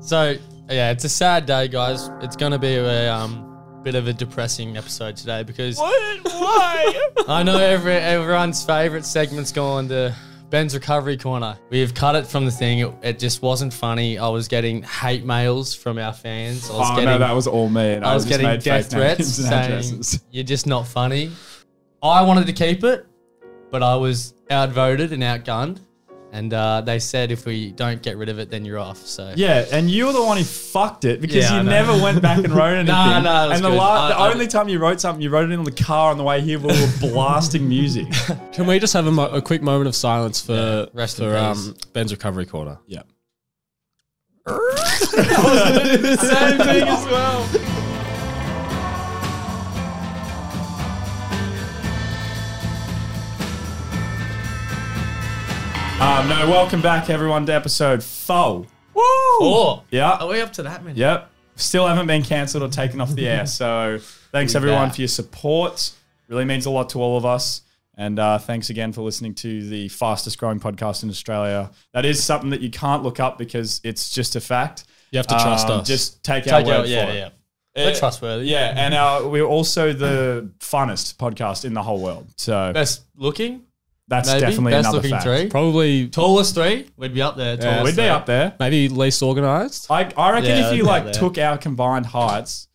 So yeah, it's a sad day, guys. It's gonna be a um, bit of a depressing episode today because What? Why? I know every, everyone's favorite segment's gone to Ben's recovery corner. We've cut it from the thing. It, it just wasn't funny. I was getting hate mails from our fans. I was oh getting no, that was all me. And I was just getting made death fake threats names and saying addresses. you're just not funny. I wanted to keep it, but I was outvoted and outgunned, and uh, they said if we don't get rid of it, then you're off. So Yeah, and you were the one who fucked it because Yeah, I you know. never went back and wrote anything. Nah, nah, that's and the, good. la- I- the I- only time you wrote something, you wrote it in the car on the way here while we were blasting music. Can we just have a, mo- a quick moment of silence for rest in for peace. um, Ben's recovery corner? yeah. same thing as well. Um, no, welcome back everyone to episode four. Woo! Four. Yeah. Are we up to that many? Yep. Still haven't been cancelled or taken off the air. So thanks everyone back. for your support. Really means a lot to all of us. And uh, thanks again for listening to the fastest growing podcast in Australia. That is something that you can't look up because it's just a fact. Um, You have to trust us. Just take, our Take word out, for yeah, it. yeah. We're Uh, trustworthy. Yeah, and uh, we're also the funnest podcast in the whole world. So Best looking, that's maybe. definitely Best another looking fact. three. Probably Tallest three, we'd be up there. Yeah, Tallest we'd be three. up there. maybe least organized. I, I reckon Yeah, if I'd you go like there. took our combined heights,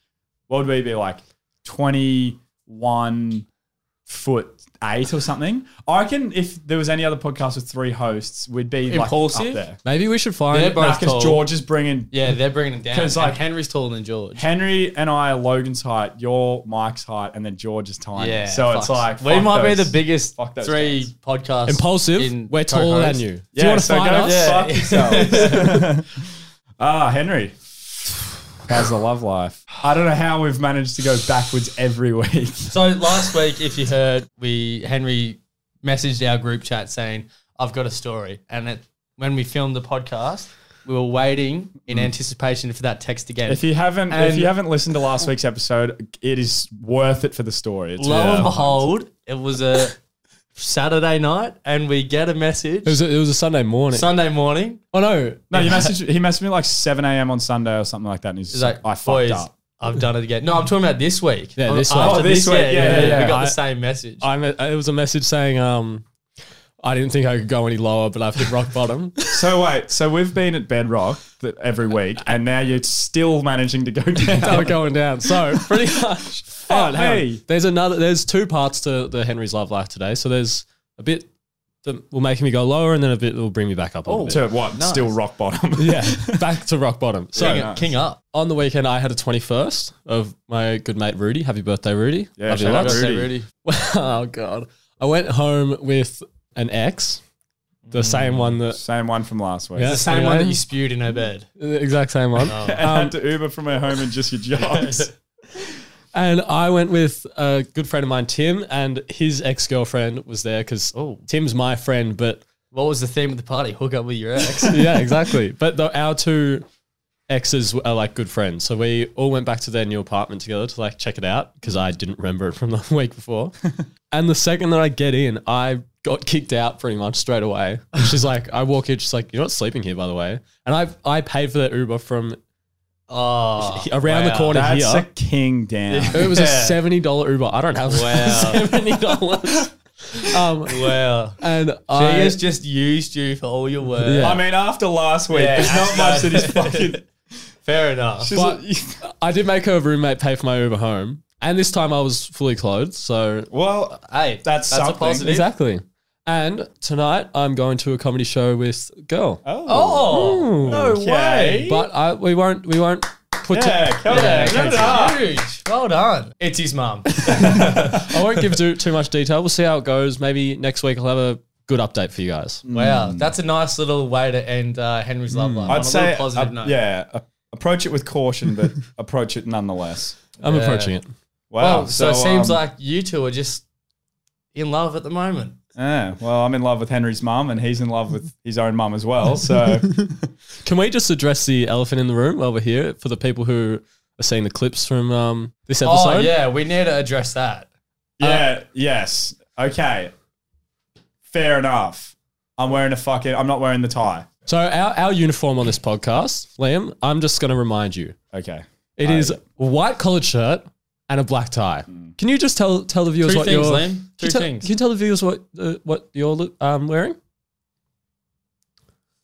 what would we be like? Twenty one foot eight or something. I reckon if there was any other podcast with three hosts, we'd be Impulsive? like up there. Maybe we should find Yeah, bro. Both tall. Because George is bringing Yeah, they're bringing it down. 'Cause, And like- Henry's taller than George. Henry and I are Logan's height, your Mike's height, and then George's tiny. Yeah, so it's fuck. like we fuck might be those. the biggest fuck those three guys. podcasts. impulsive. in We're taller co-host. than you. Do Yeah, you want to so find go us? Yeah. fuck yourselves. Ah, Henry. How's the love life? I don't know how we've managed to go backwards every week. So last week, if you heard, we Henry messaged our group chat saying, "I've got a story," and it, when we filmed the podcast, we were waiting in Mm. anticipation for that text again. If you haven't, if And- you haven't listened to last week's episode, it is worth it for the story. It's Lo and worth- behold, it was a Saturday night, and we get a message It was, a, it was a Sunday morning. Sunday morning. oh no, no, you messaged, he messaged me like seven a.m. on Sunday or something like that, and he's It's just like, like, "I fucked boys, up." I've done it again. No, I'm talking about this week. Yeah, On- this after week. Oh, this week. Yeah, yeah, We yeah. got the I- same message. I me- it was a message saying um, I didn't think I could go any lower, but I've hit rock bottom. So wait, so we've been at Bedrock th- every week, and now you're still managing to go I'm down. going down. So pretty much. Hang on, hang on. hey. There's another. There's two parts to the Henry's love life today. So there's a bit that will make me go lower, and then a bit that will bring me back up. A little bit. to what? Nice. Still rock bottom. yeah, back to rock bottom. So King, nice. King up. on the weekend, I had a 21st of my good mate Rudy. Happy birthday, Rudy. Yeah, Love you shout out lots. Rudy. oh, God. I went home with an ex, Mm. the same one that. Same one from last week. Yeah. The same one that Anyway. you spewed in her bed. The exact same one. And had to Uber from her home and just your jobs. And I went with a good friend of mine, Tim, and his ex girlfriend was there because Oh. Tim's my friend, but What was the theme of the party? Hook up with your ex. yeah, exactly. But the, our two exes are like good friends. So we all went back to their new apartment together to like check it out because I didn't remember it from the week before. and the second that I get in, I got kicked out pretty much straight away. And she's like, I walk in, she's like, you're not sleeping here, by the way. And I I paid for that Uber from Oh, around the wow. corner That's a here. king down. it was a Yeah. seventy dollar Uber. I don't have Wow. seventy dollars. um, Wow. and She I has just used you for all your work. Yeah. I mean, after last week, there's not much that is fucking. Fair enough. But I did make her roommate pay for my Uber home. And this time I was fully clothed. So, well, Hey, That's a something. positive. exactly. And tonight I'm going to a comedy show with a girl. oh, Oh, no way. But I, we won't, we won't put, yeah, come yeah, on, give it up. okay. huge. Well done. It's his mum. I won't give too, too much detail. We'll see how it goes. Maybe next week I'll have a good update for you guys. wow, that's a nice little way to end uh, Henry's Hmm. love life. on I'd a say, little positive uh, note. yeah, a- approach it with caution, but approach it nonetheless. I'm Yeah. approaching it. Wow. Well, so, it seems um, like you two are just in love at the moment. yeah, well, I'm in love with Henry's mum, and he's in love with his own mum as well. So, Uh, Can we just address the elephant in the room while we're here for the people who are seeing the clips from um, this episode? Oh yeah, we need to address that. yeah, yes, okay, fair enough. I'm wearing a fucking. I'm not wearing the tie. So our, our uniform on this podcast, Liam, I'm just going to remind you, Okay. it is a white collared shirt and a black tie. Can you just tell tell the viewers Two what things, you're? Liam. Can, Two you tell, things. can you tell the viewers what uh, what you're lo- um, wearing?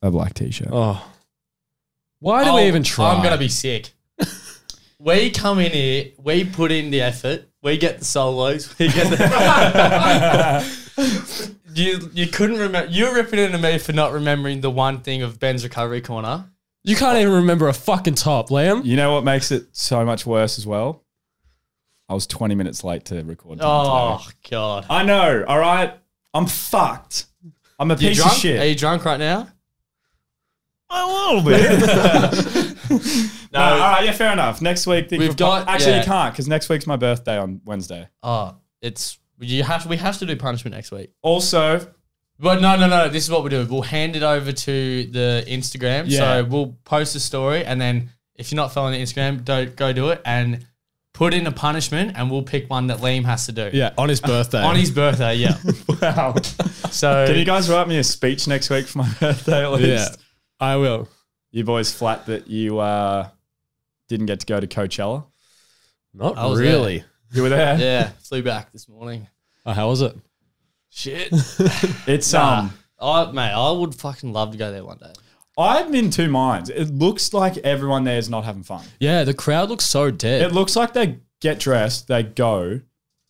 A black t-shirt. Oh, why do we Oh, even try? I'm gonna be sick. we come in here, we put in the effort, we get the solos, we get the. you you couldn't remember. You're ripping into me for not remembering the one thing of Ben's recovery corner. You can't even remember a fucking top, Liam. You know what makes it so much worse as well? I was 20 minutes late to record. time today. Oh God. I know. All right. I'm fucked. I'm a You piece drunk? of shit. Are you drunk right now? A little bit. no, all right, yeah, fair enough. Next week, think We've of- got- actually yeah. you can't because next week's my birthday on Wednesday. Oh, it's you have. We have to do punishment next week. Also, But no, no, no. This is what we do. We'll hand it over to the Instagram. Yeah. So we'll post a story, and then if you're not following the Instagram, don't go do it and put in a punishment, and we'll pick one that Liam has to do. Yeah, on his birthday. On his birthday, yeah. wow. So Can you guys write me a speech next week for my birthday at least? yeah, I will. You boys flat that you uh, didn't get to go to Coachella. Not I was really. You were there. yeah, flew back this morning. Oh, how was it? Shit, It's um. Ah, I mate, I would fucking love to go there one day. I'm in two minds. It looks like everyone there is not having fun. Yeah, the crowd looks so dead. It looks like they get dressed, they go,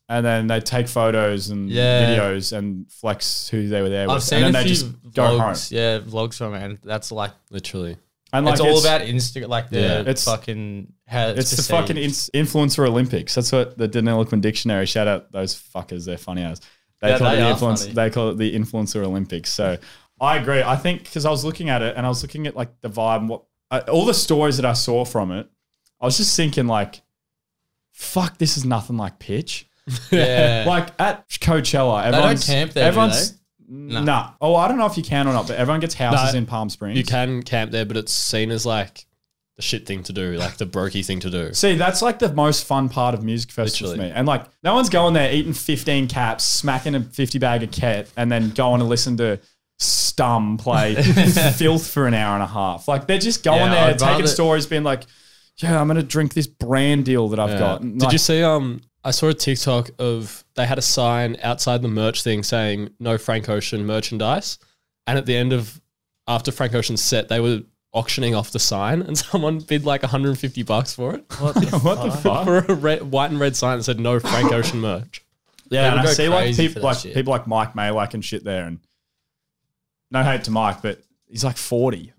and then they take photos and Yeah. videos and flex who they were there with. I've seen and a then few they just go home. vlogs, yeah, vlogs from it, and that's like, Literally. And like it's all about Instagram, like the Yeah. It's- fucking how it's, it's the perceived. fucking in- influencer Olympics. That's what the Deniliquin dictionary. Shout out those fuckers. They're funny as they Yeah, call they it the are influence. funny. They call it the influencer Olympics. So I agree. I think because I was looking at it and I was looking at like the vibe, and what uh, all the stories that I saw from it, I was just thinking like, fuck, this is nothing like pitch. yeah. Like at Coachella, everyone's camp there, do everyone's. they? No. Nah. Oh, I don't know if you can or not, but everyone gets houses No. in Palm Springs. You can camp there, but it's seen as like the shit thing to do, like the brokey thing to do. See, that's like the most fun part of music festivals for Literally. me. And like, no one's going there eating 15 caps, smacking a 50 bag of ket, and then going to listen to Stum play filth for an hour and a half. Like, they're just going Yeah, there, I'd taking rather- stories, being like, yeah, I'm going to drink this brand deal that I've got. And Uh, Did like, you see? Um, I saw a TikTok of they had a sign outside the merch thing saying "No Frank Ocean merchandise," and at the end of after Frank Ocean's set, they were auctioning off the sign, and someone bid like 150 bucks for it What the what the fuck? for a red, white and red sign that said "No Frank Ocean merch." Yeah, and I go see like crazy for people that like shit. people like Mike Malak and shit there, and no hate to Mike, but he's like forty.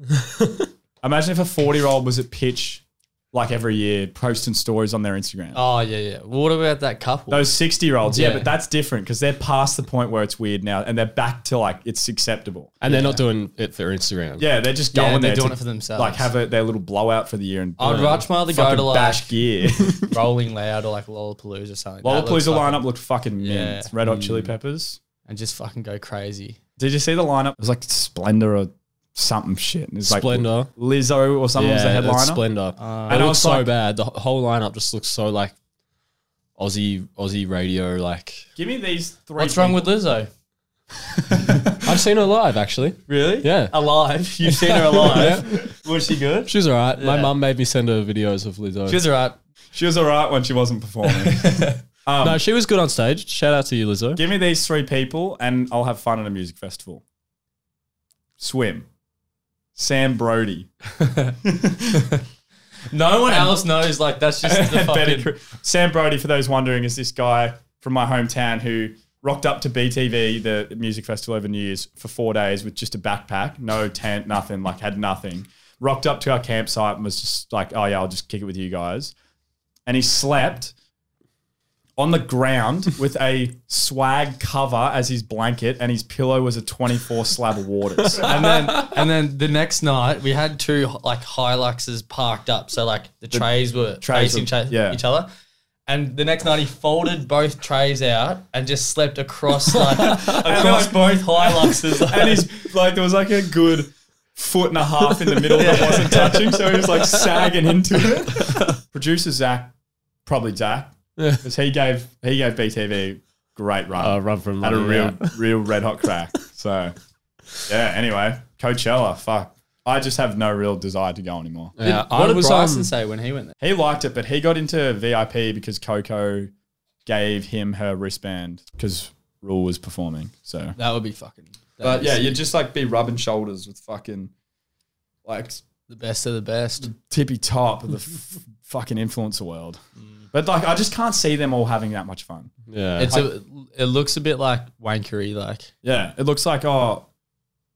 Imagine if a forty-year-old was at pitch like every year, posting stories on their Instagram. Oh yeah, yeah. Well, what about that couple? Those sixty-year-olds, yeah. Yeah. but that's different because they're past the point where it's weird now, and they're back to like it's acceptable. And they're not doing it for Instagram. Yeah, they're just Yeah, going they're there doing to, it for themselves. Like have a, their little blowout for the year, and uh, I'd much rather go fucking to like bash gear. Rolling Loud or like Lollapalooza or something. That looks Lollapalooza fucking- lineup looked fucking mint. Yeah. Mm. Red Hot Chili Peppers. and just fucking go crazy. Did you see the lineup? It was like Splendor or something shit. It's like Splendor. Lizzo or something was the Yeah, it's headliner. Uh, Splendor. I it was looks so like- bad. The whole lineup just looks so like Aussie Aussie radio. Like Give me these three. What's wrong with Lizzo? I've seen her live actually. Really? Yeah. Alive. You've seen her alive. Was she good? She's all right. My Yeah. mum made me send her videos of Lizzo. She was alright. She was all right when she wasn't performing. no, she was good on stage. Shout out to you, Lizzo. Give me these three people, and I'll have fun at a music festival. Swim, Sam Brody, No one else knows. Like that's just the Betty. fucking. Cr- Sam Brody, for those wondering, is this guy from my hometown who rocked up to BTV, the music festival over New Year's, for four days with just a backpack, no tent, nothing, like had nothing. Rocked up to our campsite and was just like, oh yeah, I'll just kick it with you guys. And he slept on the ground with a swag cover as his blanket, and his pillow was a 24 slab of waters. And then and then the next night we had two like Hiluxes parked up, so like the, trays were trays facing were- cha- yeah. each other. And the next night he folded both trays out and just slept across like across like- both Hiluxes. Like, and he's like there was like a good foot and a half in the middle that wasn't touching, so he was like sagging into it. Producer Zach, probably Zach, because he gave he gave BTV a great run Uh, run from at a London, real yeah. real red hot crack. So yeah. Anyway, Coachella. Fuck. I just have no real desire to go anymore. Yeah, what I did was Bryson um, say when he went there? He liked it, but he got into VIP because Coco gave him her wristband because Rule was performing. So, That would be fucking. that but is yeah, you'd just like be rubbing shoulders with fucking like the best of the best. tippy top of the f- fucking influencer world. Mm. But like, I just can't see them all having that much fun. yeah. It's a, it looks a bit like wankery, like Yeah, it looks like oh,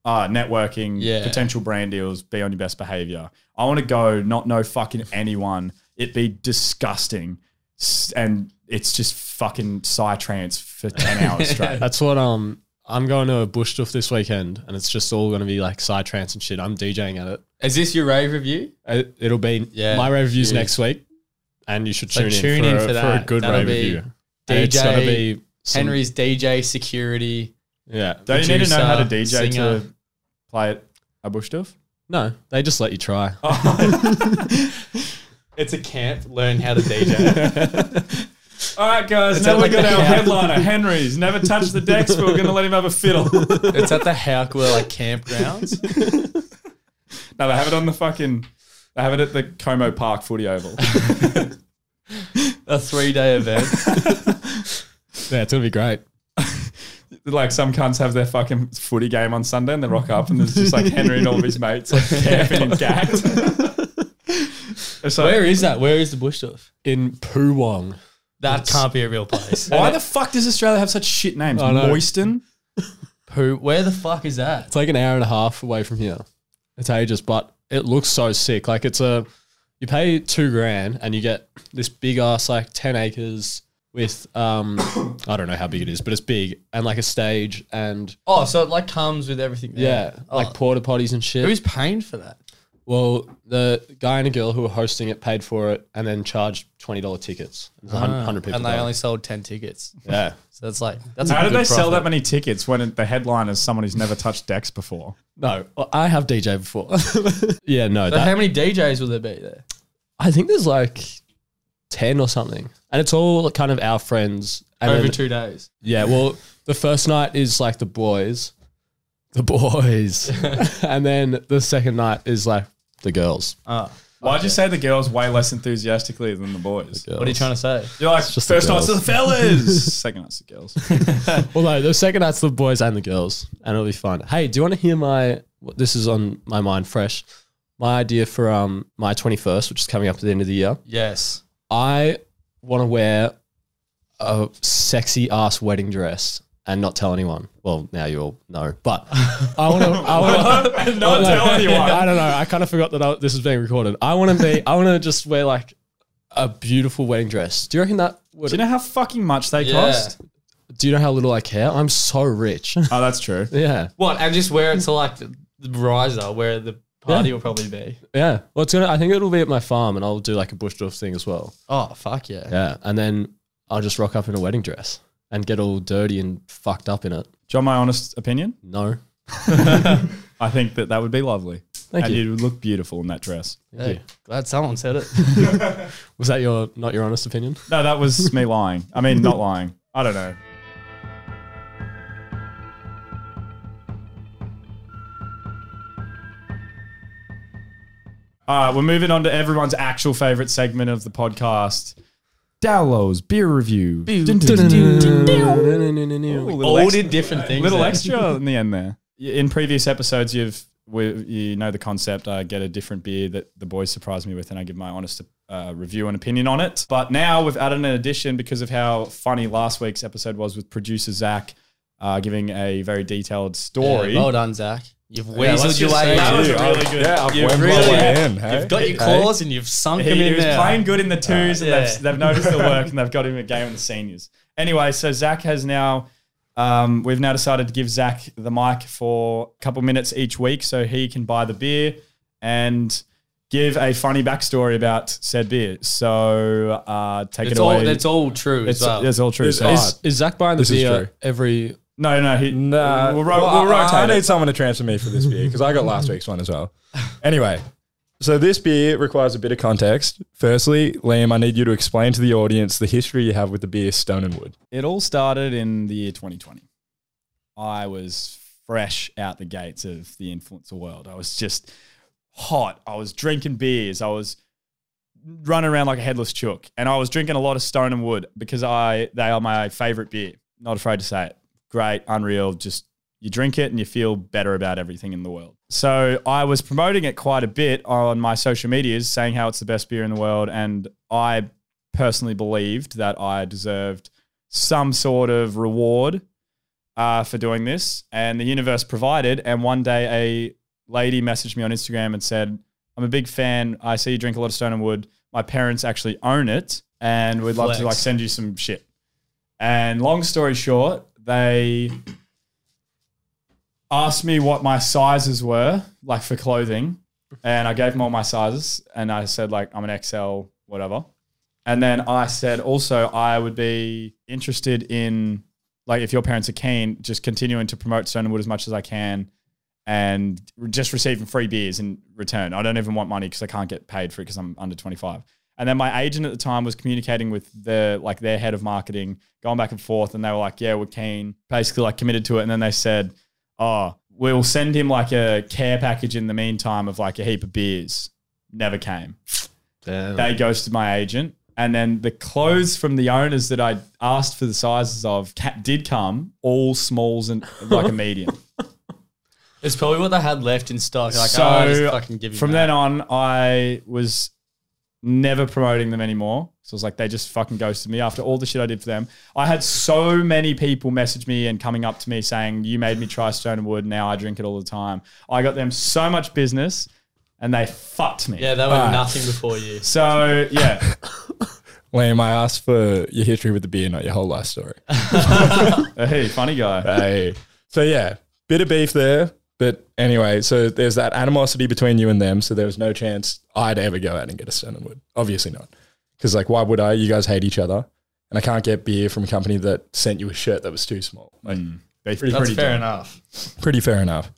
uh, networking, Yeah. potential brand deals, be on your best behavior. I want to go, not know fucking anyone. It be disgusting, S- and it's just fucking psytrance for ten hours straight. That's what um I'm going to a bush stuff this weekend, and it's just all going to be like side trance and shit. I'm DJing at it. Is this your rave review? it it'll be Yeah. my rave reviews Yeah. next week, and you should So tune, tune in, in for for, a- for a that. good That'll rave be review. And it's gonna DJ be some- Henry's DJ security. Yeah, Don't you need to know how to Producer, DJ singer. to play it a bush stuff? no, they just let you try. Oh. It's a camp. Learn how to DJ. All right, guys. Is now that we like got the our cow? headliner, Henry's. Never touched the decks, but we're going to let him have a fiddle. no, it's at the Howkwa like campgrounds. they have it on the fucking. They have it at the Como Park Footy Oval. a three day event. Yeah, it's gonna be great. like some cunts have their fucking footy game on Sunday and they rock up and there's just like Henry and all of his mates like camping and gacked. it's like, Where is that? Where is the bush stuff? In Poowong, That can't be a real place. why the fuck does Australia have such shit names? I know. Moisten. Who? Where the fuck is that? it's like an hour and a half away from here. It's ages, but it looks so sick. Like it's a, you pay two grand and you get this big ass like ten acres with um, I don't know how big it is, but it's big and like a stage and Oh, so it like comes with everything. yeah, There. like porta potties and shit. Oh. Who's paying for that? Well, the guy and a girl who were hosting it paid for it and then charged twenty dollar tickets. It was a hun- Ah, hundred people. and they got it. only sold ten tickets. yeah. So that's like that's. How a did good they sell that profit. many tickets when the headline is someone who's never touched decks before? No, well, I have DJ before. yeah, no, So how that, many DJs will there be there? I think there's like ten or something, and it's all kind of our friends. And Over then- two days. yeah, well, the first night is like the boys, the boys, and then the second night is like the girls. Ah, Why'd you say the girls way less enthusiastically than the boys? what are you trying to say? You're like, just the first night's girls. the fellas, second night's the girls. Well, no, the second night's the boys and the girls, and it'll be fun. Hey, do you want to hear my? what- This is on my mind fresh. My idea for um my twenty first, which is coming up at the end of the year. Yes. I want to wear a sexy ass wedding dress and not tell anyone. Well, now you all know, but I want to. I want to. And not tell anyone. I don't know. I kind of forgot that I, this is being recorded. I want to be. I want to just wear like a beautiful wedding dress. Do you reckon that would? Do you know how fucking much they Yeah. cost? do you know how little I care? I'm so rich. Oh, that's true. yeah. What? And just wear it to like the, the riser where the party will probably be. Yeah. Well, it's gonna. I think it'll be at my farm, and I'll do like a Bushdorf thing as well. Oh fuck yeah. Yeah, and then I'll just rock up in a wedding dress and get all dirty and fucked up in it. Do you want my honest opinion? No, I think that that would be lovely. thank and you. you would look beautiful in that dress. Thank Hey, you. glad someone said it. Was that your not your honest opinion? No, that was me lying. I mean, not lying. I don't know. All right, we're moving on to everyone's actual favorite segment of the podcast. Dowlow's beer review. Dun, dun, dun, dun, dun, dun. Ooh. Little All extra- did different things Little there. extra in the end there. Y- In previous episodes, you've we, you know the concept. I get a different beer that the boys surprise me with, and I give my honest uh, review and opinion on it. But now we've added an addition because of how funny last week's episode was with producer Zach uh, giving a very detailed story. Yeah, well done, Zach. You've Yeah, let's weaseled your just way say in. that was a You've really good. Yeah, You've really have. You've got your claws and you've sunk him he, in he was there. playing good in the twos, and Yeah. they've, they've noticed the work, and they've got him a game in the seniors. Anyway, so Zach has now. Um, we've now decided to give Zach the mic for a couple minutes each week, so he can buy the beer and give a funny backstory about said beer. So uh, take It's it away. all that's all true it's, as well. it's all true. So- Is, is Zach buying the This is true. beer every? no, no, he, Nah, we'll, ro- Well, we'll I- rotate. I, it. need someone to transfer me for this beer because I got last week's one as well. Anyway, so this beer requires a bit of context. Firstly, Liam, I need you to explain to the audience the history you have with the beer Stone and Wood. It all started in the year 2020. I was fresh out the gates of the influencer world. I was just hot. I was drinking beers. I was running around like a headless chook. And I was drinking a lot of Stone and Wood because I they are my favorite beer. Not afraid to say it. Great, unreal. Just you drink it and you feel better about everything in the world. So I was promoting it quite a bit on my social medias, saying how it's the best beer in the world. And I personally believed that I deserved some sort of reward uh, for doing this. And the universe provided. And one day a lady messaged me on Instagram and said, I'm a big fan. I see you drink a lot of Stone and Wood. My parents actually own it and we'd love to Flex. like send you some shit. And long story short, they asked me what my sizes were, like for clothing. And I gave them all my sizes and I said, like, I'm an XL, whatever. And then I said also I would be interested in like if your parents are keen, just continuing to promote Stone and Wood as much as I can and re- just receiving free beers in return. I don't even want money because I can't get paid for it because I'm under 25. And then my agent at the time was communicating with the like their head of marketing, going back and forth, and they were like, "Yeah, we're keen," basically like committed to it. And then they said, "Oh, we'll send him like a care package in the meantime of like a heap of beers." Never came they ghosted my agent. And then the clothes from the owners that I asked for the sizes of ca- did come, all smalls and like a medium. It's probably what they had left in stock. Like, so oh, I just fucking give you from that. then on, I was never promoting them anymore. So I was like, they just fucking ghosted me after all the shit I did for them. I had so many people message me and coming up to me saying, "You made me try Stone and Wood. Now I drink it all the time." I got them so much business, and they fucked me. Yeah, they were Alright. nothing before you. So yeah. Liam, I asked for your history with the beer, not your whole life story. hey, funny guy. Hey. So yeah, bit of beef there. But anyway, so there's that animosity between you and them. So there was no chance I'd ever go out and get a Stone and Wood. Obviously not. Because like, why would I? You guys hate each other. And I can't get beer from a company that sent you a shirt that was too small. Like, Pretty, That's fair dumb. enough. pretty fair enough.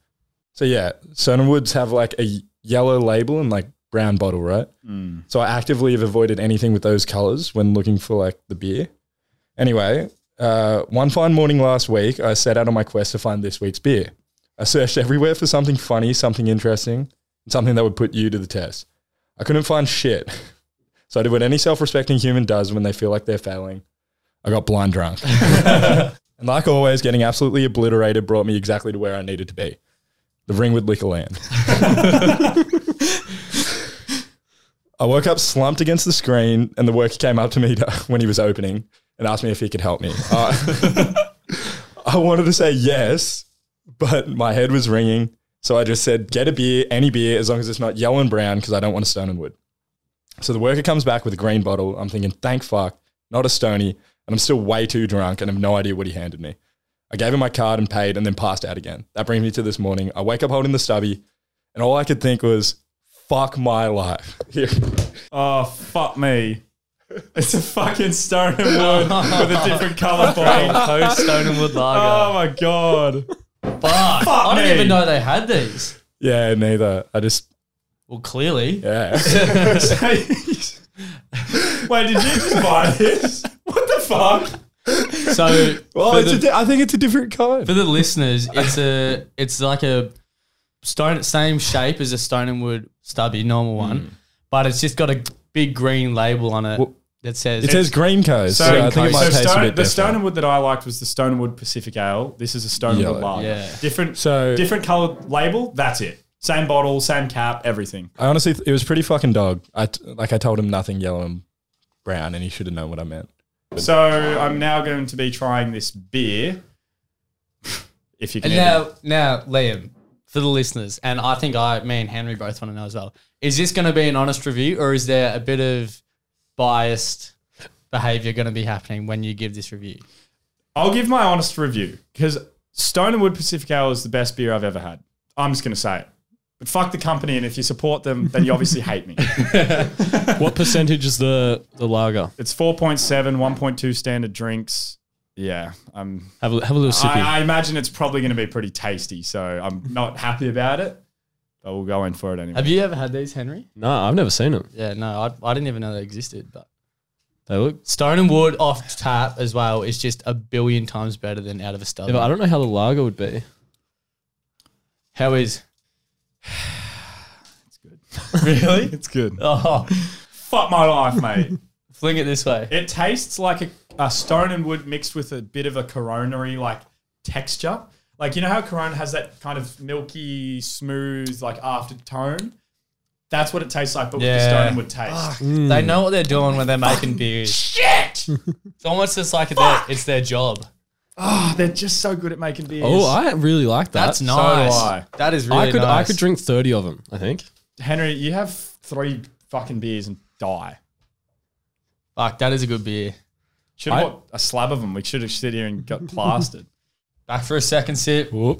So yeah, Stone and Woods have like a yellow label and like brown bottle, right? Mm. So I actively have avoided anything with those colors when looking for like the beer. Anyway, uh, one fine morning last week, I set out on my quest to find this week's beer. I searched everywhere for something funny, something interesting, and something that would put you to the test. I couldn't find shit. So I did what any self respecting human does when they feel like they're failing. I got blind drunk. and like always, getting absolutely obliterated brought me exactly to where I needed to be the Ringwood Liquor Land. I woke up slumped against the screen, and the worker came up to me to- when he was opening and asked me if he could help me. Uh, I wanted to say yes, but my head was ringing. So I just said, get a beer, any beer, as long as it's not yellow and brown, because I don't want a stone and wood. So the worker comes back with a green bottle. I'm thinking, thank fuck, not a stony. And I'm still way too drunk and have no idea what he handed me. I gave him my card and paid and then passed out again. That brings me to this morning. I wake up holding the stubby, and all I could think was, fuck my life. Here. Oh fuck me! It's a fucking stone and wood with a different color body. Post Stone and Wood Oh Lager. my god! Oh, Fuck. I me. didn't even know they had these. Yeah, neither. I just, Well, clearly. yeah. Wait, did you just buy this? What the fuck? So, well, for it's the- a di- I think it's a different kind. for the listeners, it's a it's like a stone same shape as a stone and wood stubby normal one, but it's just got a big green label on it Well, that says It says green coast, so, I think it might so taste stone, a bit the different. stone and wood that I liked was the stone and wood Pacific Ale. This is a stone and Yellow. wood lager. Yeah. Different, So- different colored label. That's it. Same bottle, same cap, everything. I honestly, th- it was pretty fucking dog. I t- like I told him nothing yellow and brown, and he should have known what I meant. So I'm now going to be trying this beer. If you can. And even- now, now, Liam, for the listeners, and I think I, me and Henry both want to know as well. Is this going to be an honest review, or is there a bit of biased behavior going to be happening when you give this review? I'll give my honest review because Stone and Wood Pacific Ale is the best beer I've ever had. I'm just going to say it. But fuck the company, and if you support them, then you obviously hate me. What percentage is the the lager? It's 4.7, 1.2 standard drinks. Yeah, I'm, Have a, have a little sippy. I, I imagine it's probably going to be pretty tasty, so I'm not happy about it, but we'll go in for it anyway. Have you ever had these, Henry? no, I've never seen it. Yeah, no, I, I didn't even know they existed. But They look. Stone and Wood off tap as well is just a billion times better than out of a stub. Yeah, but I don't know how the lager would be. How is? Really? it's good. Oh, Fuck my life, mate. fling it this way. It tastes like a, a stone and wood mixed with a bit of a coronary like texture. Like you know how Corona has that kind of milky, smooth, like aftertone. That's what it tastes like, but with the Yeah. stone and wood taste. Mm. They know what they're doing when they're making beers. Shit! it's almost just like their, it's their job. Oh, they're just so good at making beers. Oh, I really like that. That's nice. I. That is really I could nice. I could drink thirty of them. I think. Henry, you have three fucking beers and die. Fuck, that is a good beer. Should have I- bought a slab of them. We should have sit here and got plastered. Back for a second sip. Oh,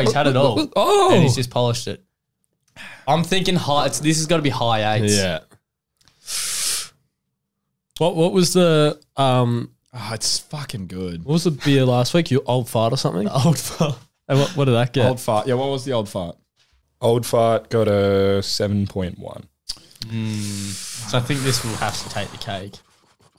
he's had it all. Oh, And he's just polished it. I'm thinking high. It's, this has got to be high eights. yeah. What what was the um oh, it's fucking good. what was the beer last week? You old fart or something? Old fuck. And what, what did that get? Old fart. Yeah, what was the old fart? Old Fart got a 7.1. So I think this will have to take the cake.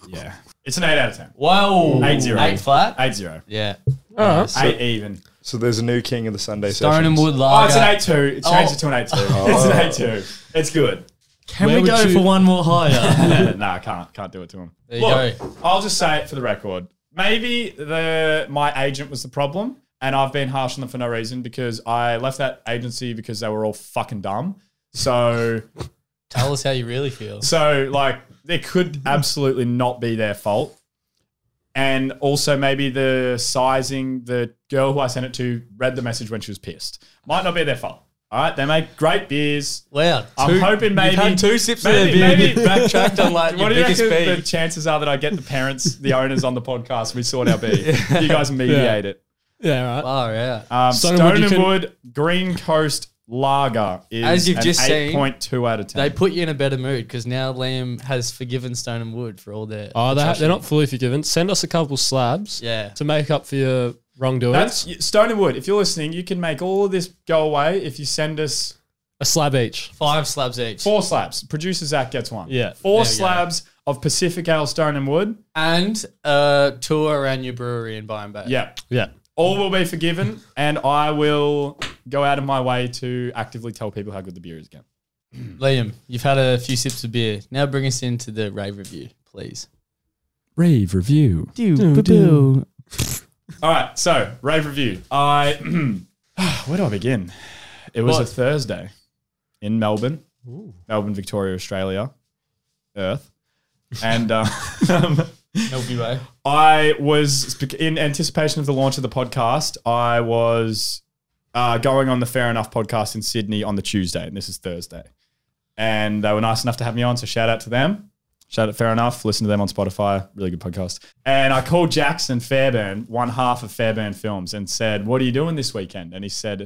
Yeah. It's an 8 out of 10. Whoa. Eight zero. Eight flat? 8 0. Yeah. All right. 8 even. So there's a new king of the Sunday Stone and sessions. Wood Oh, Lager. it's an 8 2. It changed it to an 8 2. Oh. It's an 8 2. It's good. Can Where we would go you- for one more higher? no, nah, I can't. Can't do it to him. There you go. I'll just say it for the record. Maybe the my agent was the problem, and I've been harsh on them for no reason because I left that agency because they were all fucking dumb. So, Tell us how you really feel. so like it could absolutely not be their fault. And also maybe the sizing, the girl who I sent it to read the message when she was pissed. Might not be their fault. All right, they make great beers. Wow. I'm two- hoping maybe You've had two sips maybe, of their beer. maybe- backtracked on like What your do you biggest reckon beer. the chances are that I get the parents, the owners on the podcast? We sort our beef. You guys mediate it. Yeah, all right. Oh yeah. Um, Stone, Stone and Wood, you and can- Wood Green Coast Lager is As you've an just seen, 8.2 out of 10. They put you in a better mood because now Liam has forgiven Stone and Wood for all their. Oh, they, they're not fully forgiven. Send us a couple slabs Yeah. to make up for your wrongdoings. That's y- Stone and Wood. If you're listening, you can make all of this go away if you send us a slab each. Five slabs each. four slabs. Producer Zach gets one. Yeah, Four there you go. slabs of Pacific Ale Stone and Wood. And a tour around your brewery in Byron Bay. Yeah. Yeah. All will be forgiven, and I will go out of my way to actively tell people how good the beer is again. Liam, you've had a few sips of beer. Now bring us into the rave review, please. Rave review. All right, so rave review. I Ah, where do I begin? It was a What? Thursday in Melbourne, Melbourne, Victoria, Australia, Earth, and uh, Milky Way. I was in anticipation of the launch of the podcast. I was uh, going on the Fair Enough podcast in Sydney on the Tuesday, and this is Thursday. And they were nice enough to have me on, so shout out to them. Shout out Fair Enough. Listen to them on Spotify. Really good podcast. And I called Jackson Fairburn, one half of Fairburn Films, and said, "What are you doing this weekend?" And he said,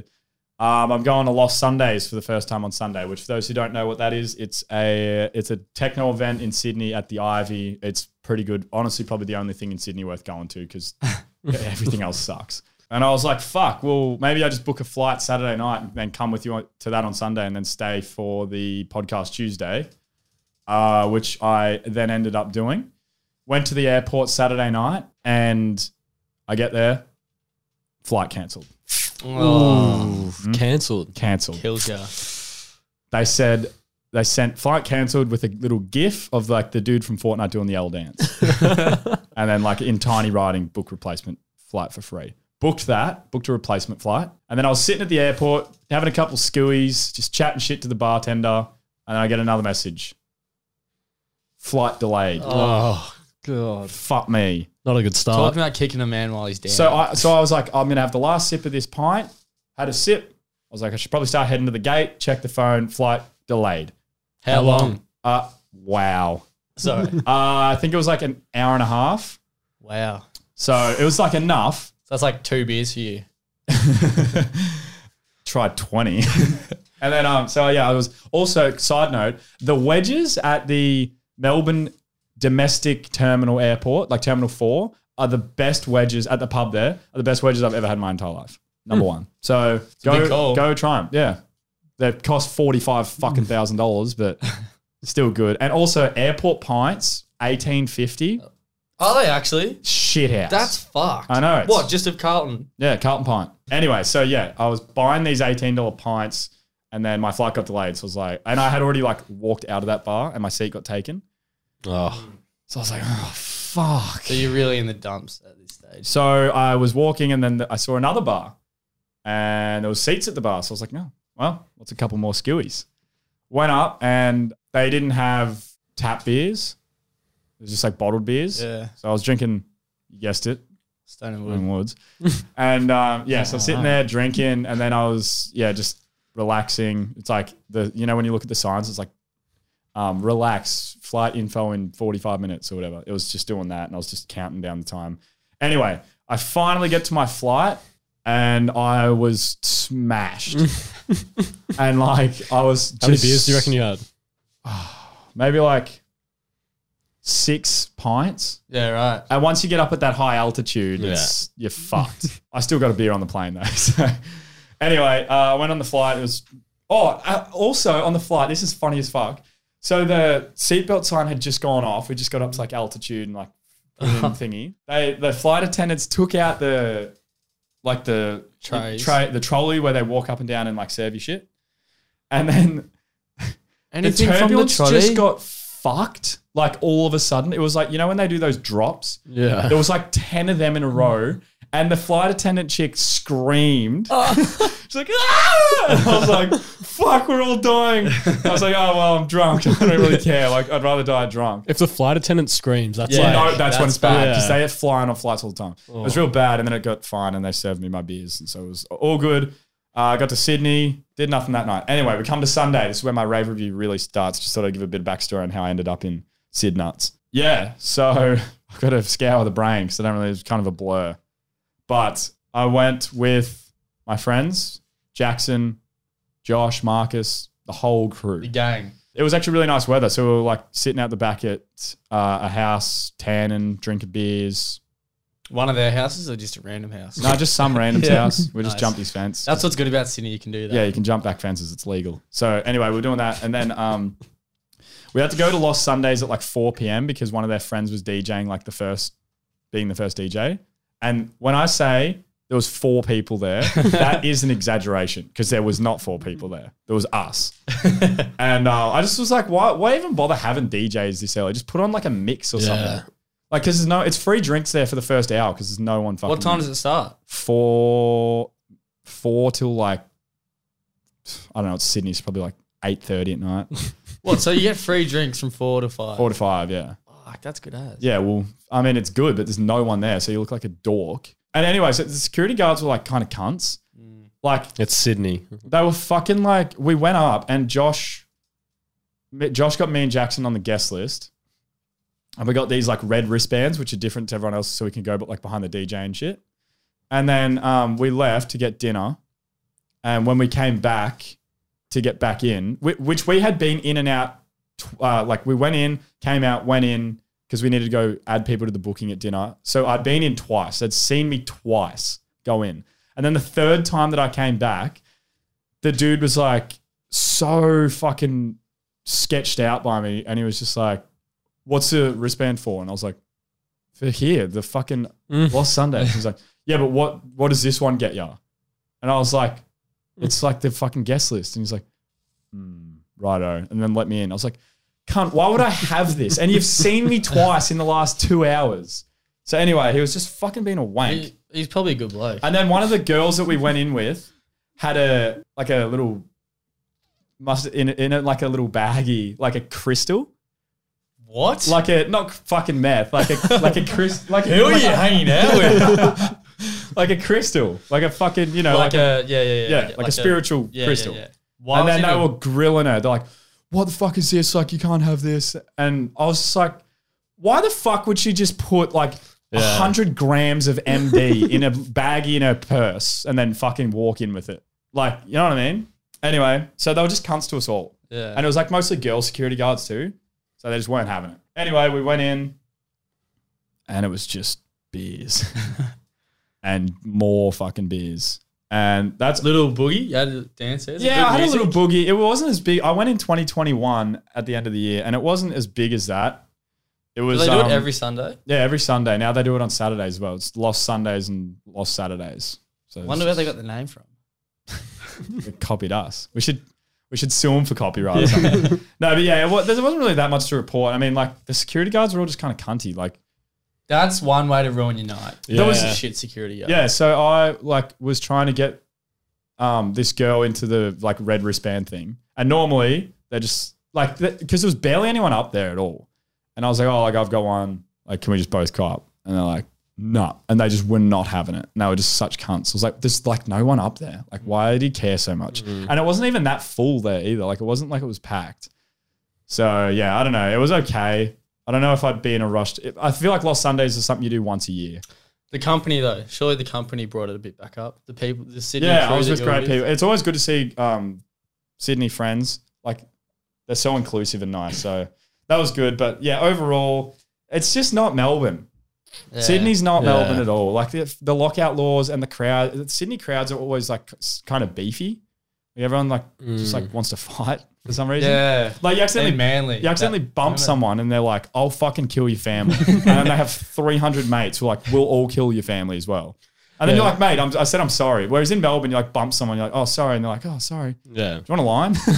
um, "I'm going to Lost Sundays for the first time on Sunday." Which, for those who don't know what that is, it's a it's a techno event in Sydney at the Ivy. It's pretty good. Honestly, probably the only thing in Sydney worth going to because everything else sucks. And I was like, "Fuck! Well, maybe I just book a flight Saturday night and then come with you on- to that on Sunday, and then stay for the podcast Tuesday." uh, which I then ended up doing. Went to the airport Saturday night and I get there, flight cancelled. Cancelled. Cancelled. Kills ya. They said, they sent flight cancelled with a little gif of like the dude from Fortnite doing the L dance. and then like in tiny writing, book replacement flight for free. Booked that, booked a replacement flight. And then I was sitting at the airport having a couple skewies, just chatting shit to the bartender. And then I get another message. Flight delayed. Oh, God. Fuck me. Not a good start. Talking about kicking a man while he's down. So I so I was like, I'm gonna have the last sip of this pint. Had a sip. I was like, I should probably start heading to the gate. Check the phone. Flight delayed. how long? Uh, wow. Sorry. Uh, I think it was like an hour and a half. wow. So So it was like enough. that's like two beers for you. Tried twenty, and then um. So yeah, I was also side note the wedges at the Melbourne domestic terminal airport, like Terminal Four, are the best wedges at the pub. There are the best wedges I've ever had in my entire life. Number one. So Hmm. big go call. go try them. Yeah, they cost forty five fucking thousand dollars, but still good. And also airport pints, eighteen fifty. Are they actually? Shit house. Oh. That's fucked. I know, it's- What, just of Carlton? Yeah, Carlton pint. Anyway, so yeah, I was buying these eighteen dollar pints, and then my flight got delayed. So I was like, and I had already like walked out of that bar, and my seat got taken. Oh, So I was like, oh fuck. So you're really in the dumps at this stage. So I was walking, and then I saw another bar, and there was seats at the bar. So I was like, no, well, what's a couple more skewies? Went up, and they didn't have tap beers. It was just like bottled beers. Yeah. So I was drinking, you guessed it, Stone and in Wood. Woods. and um, yeah, so I'm sitting there drinking, and then I was yeah just relaxing. It's like the you know when you look at the signs, it's like um, relax, flight info in 45 minutes or whatever. It was just doing that, and I was just counting down the time. Anyway, I finally get to my flight, and I was smashed, and like I was. Just, how many beers do you reckon you had? Maybe like six pints. Yeah, right. And once you get up at that high altitude, it's, you're fucked. I still got a beer on the plane though. So anyway, uh, I went on the flight. It was oh, uh, also on the flight. This is funny as fuck. So the seatbelt sign had just gone off. We just got up to like altitude and like put Uh-huh. it in thingy. They the flight attendants took out the like the Trays. tray, the trolley where they walk up and down and like serve you shit, and then Anything from the the turbulence trolley? just got fucked. Like all of a sudden, it was like you know when they do those drops. Yeah. There was like 10 of them in a row. And the flight attendant chick screamed. She's like, ah! And I was like, fuck, we're all dying. I was like, oh, well, I'm drunk. I don't really care. Like, I'd rather die drunk. If the flight attendant screams, that's Yeah. like, No, that's, when that's it's bad bad. because they had flying on flights all the time. It was real bad. And then it got fine and they served me my beers. And so it was all good. Uh, I got to Sydney, did nothing that night. Anyway, we come to Sunday. This is where my rave review really starts. Just thought I'd give a bit of backstory on how I ended up in Sid Nuts. Yeah, so I've got to scour the brain because I don't really, it's kind of a blur. But I went with my friends, Jackson, Josh, Marcus, the whole crew The gang. it was actually really nice weather. So we were like sitting out the back at uh, a house, tanning, drinking beers. One of their houses or just a random house? No, just some random's Yeah. house. We just Nice. jumped his fence. That's what's good about Sydney. You can do that. yeah, you can jump back fences. It's legal. So anyway, we were doing that, and then um, we had to go to Lost Sundays at like 4 p.m. because one of their friends was DJing, like the first, being the first DJ. And when I say there was four people there, that is an exaggeration because there was not four people there. There was us. and uh, I just was like, why, why even bother having DJs this early? Just put on like a mix or Yeah. something. Like, because there's no, it's free drinks there for the first hour because there's no one fucking What time does it start? four four till like I don't know, it's Sydney, it's probably like eight thirty at night. What? So you get free drinks from four to five. Four to five, yeah. Fuck, that's good ass. Yeah, well, I mean it's good, but there's no one there, so you look like a dork. And anyway, so the security guards were like kind of cunts. Like it's Sydney. they were fucking like we went up and Josh Josh got me and Jackson on the guest list. And we got these like red wristbands, which are different to everyone else, so we can go but like behind the DJ and shit. And then um, we left to get dinner. And when we came back to get back in, whi- which we had been in and out, tw- uh, like we went in, came out, went in because we needed to go add people to the booking at dinner. So I'd been in twice. They'd seen me twice go in. And then the third time that I came back, the dude was like so fucking sketched out by me. And he was just like, What's the wristband for? And I was like, For here, the fucking Lost Sunday. He was like, Yeah, but what what does this one get ya? And I was like, It's like the fucking guest list. And he's like, Hmm, righto. And then let me in. I was like, Cunt, why would I have this? And you've seen me twice in the last two hours. So anyway, he was just fucking being a wank. He- he's probably a good bloke. And then one of the girls that we went in with had a like a little must in in it like a little baggie, like a crystal, what? like a not fucking meth, like a like a crystal, like who are like you a, hanging out with? like a crystal, like a fucking you know like like, a, a yeah yeah yeah yeah, like, a spiritual yeah, yeah, crystal. yeah. Why and was then he they doing- were grilling her. They're like, "What the fuck is this? Like, you can't have this." And I was just like, "Why the fuck would she just put like a Yeah. hundred grams of MD in a baggie in her purse and then fucking walk in with it? Like, you know what I mean?" Anyway, so they were just cunts to us all, yeah. and it was like mostly girl security guards too, so they just weren't having it. Anyway, we went in, and it was just beers and more fucking beers, and that's little boogie. You had a dance. there? Is it yeah, good I had music? a little boogie. It wasn't as big. I went in 2021 at the end of the year, and it wasn't as big as that. It Do was they do it um, every Sunday? yeah every Sunday. Now they do it on Saturdays as well. It's lost Sundays and lost Saturdays. So I wonder where they got the name from. they copied us. We should we should sue them for copyright. Or something. no, but yeah, it wa- there wasn't really that much to report. I mean, like the security guards were all just kind of cunty. Like That's one way to ruin your night. There was- That was shit security. guard. Yeah, so I like was trying to get um this girl into the like red wristband thing, and normally they just like because there was barely anyone up there at all, and I was like, oh, like I've got one, like can we just both go up? And they're like, no, and they just were not having it, and they were just such cunts. I was like, there's like no one up there, like why did he care so much? And it wasn't even that full there either, like it wasn't like it was packed. So yeah, I don't know, it was okay. I don't know if I'd be in a rush. To, I feel like Lost Sundays is something you do once a year. The company though, surely the company brought it a bit back up. The people, the Sydney. Yeah, crew I was that with you're great people. It's always good to see um, Sydney friends. Like they're so inclusive and nice. So that was good. But yeah, overall, it's just not Melbourne. Yeah. Sydney's not Yeah. Melbourne at all. Like the, the lockout laws and the crowd. the Sydney crowds are always like s- kind of beefy. Like, everyone like just like wants to fight for some reason. Mm. Yeah, Like you and accidentally. manly. You accidentally bump someone and they're like, I'll fucking kill your family. and then they have 300 mates who are like, we'll all kill your family as well. And then Yeah. you're like, mate, I'm, I said I'm sorry. Whereas in Melbourne, you like bump someone, you're like, oh, sorry. And they're like, oh, sorry. Do Yeah. you want a line? so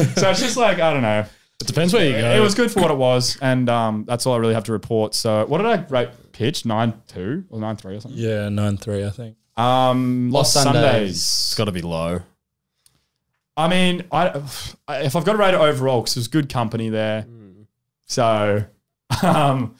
it's just like, I don't know. It depends where you go. It was good for what it was. And um, that's all I really have to report. So what did I rate pitch? 9.2 or 9.3 or something? Yeah, nine three, I think. Um, Lost, Lost Sundays. Sundays. It's got to be low. I mean, I if I've got to rate it overall, because it was good company there. So. Um,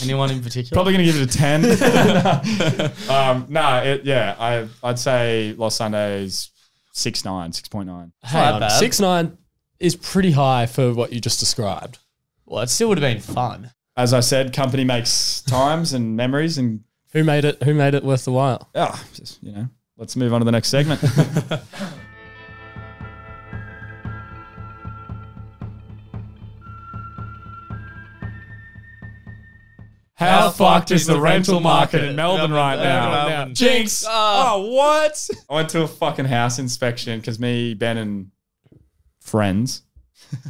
Anyone in particular? Probably going to give it a 10. um, no, it, yeah, I, I'd say Lost Sundays 6.9, 6.9. Hang on, bad. Six nine is pretty high for what you just described. Well, it still would have been fun. As I said, company makes times and memories and, Who made it? Who made it worth the while? ah, just, you know, let's move on to the next segment. How fucked is the rental market in Melbourne right now? Melbourne. Jinx! Ah. Oh, what? I went to a fucking house inspection because me, Ben, and friends,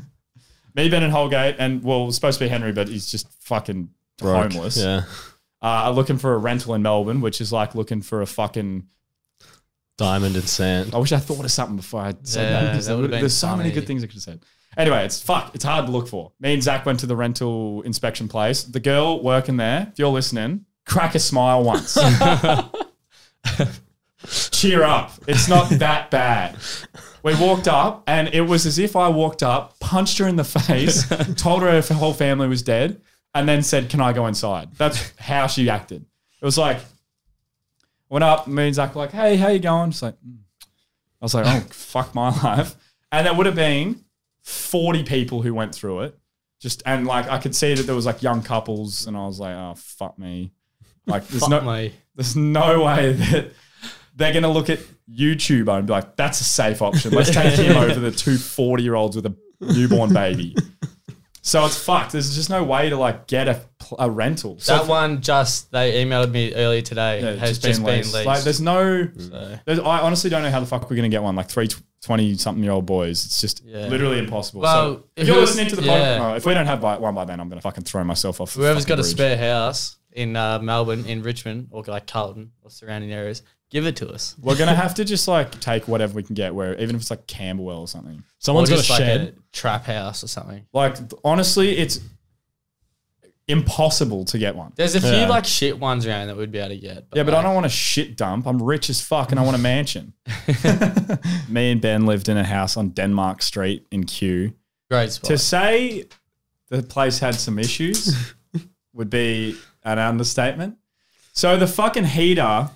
me, Ben, and Holgate, and well, it was supposed to be Henry, but he's just fucking homeless. Yeah. Uh, are looking for a rental in Melbourne, which is like looking for a fucking. Diamond and sand. I wish I thought of something before I said Yeah, that. 'cause that there would've would- been There's so many funny. good things I could have said. Anyway, it's fuck. It's hard to look for. Me and Zach went to the rental inspection place. The girl working there, if you're listening, crack a smile once. Cheer up. It's not that bad. We walked up, and it was as if I walked up, punched her in the face, told her her whole family was dead, and then said, Can I go inside? That's how she acted. It was like, went up, me and Zach were like, Hey, how you going? She's like, "Mm." I was like, Oh, fuck my life. And there would have been 40 people who went through it. Just, and like, I could see that there was like young couples, and I was like, Oh, fuck me. Like, there's Fuck no, me. there's no way that they're going to look at YouTube and be like, that's a safe option. Let's take him over the two 40 year olds with a newborn baby. So it's fucked. There's just no way to like get a, a rental. So That one just they emailed me earlier today. yeah, it's has just, been leased. Like there's no, So- there's, I honestly don't know how the fuck we're going to get one. Like three 20 something year old boys. It's just Yeah. literally impossible. Well, so if if you're it was- listening to the yeah. podcast, oh, if we don't have by- one by then, I'm going to fucking throw myself off. the Whoever's fucking got a bridge. spare house in uh, Melbourne, in Richmond, or like Carlton or surrounding areas, give it to us. We're going to have to just like take whatever we can get where, even if it's like Camberwell or something. Someone's or got a just like shed. a trap house or something. Like th- honestly, it's impossible to get one. There's a few Yeah. like shit ones around that we'd be able to get. Yeah, but I don't want a shit dump. I'm rich as fuck and I want a mansion. Me and Ben lived in a house on Denmark Street in Kew. Great To spot. say the place had some issues would be an understatement. So the fucking heater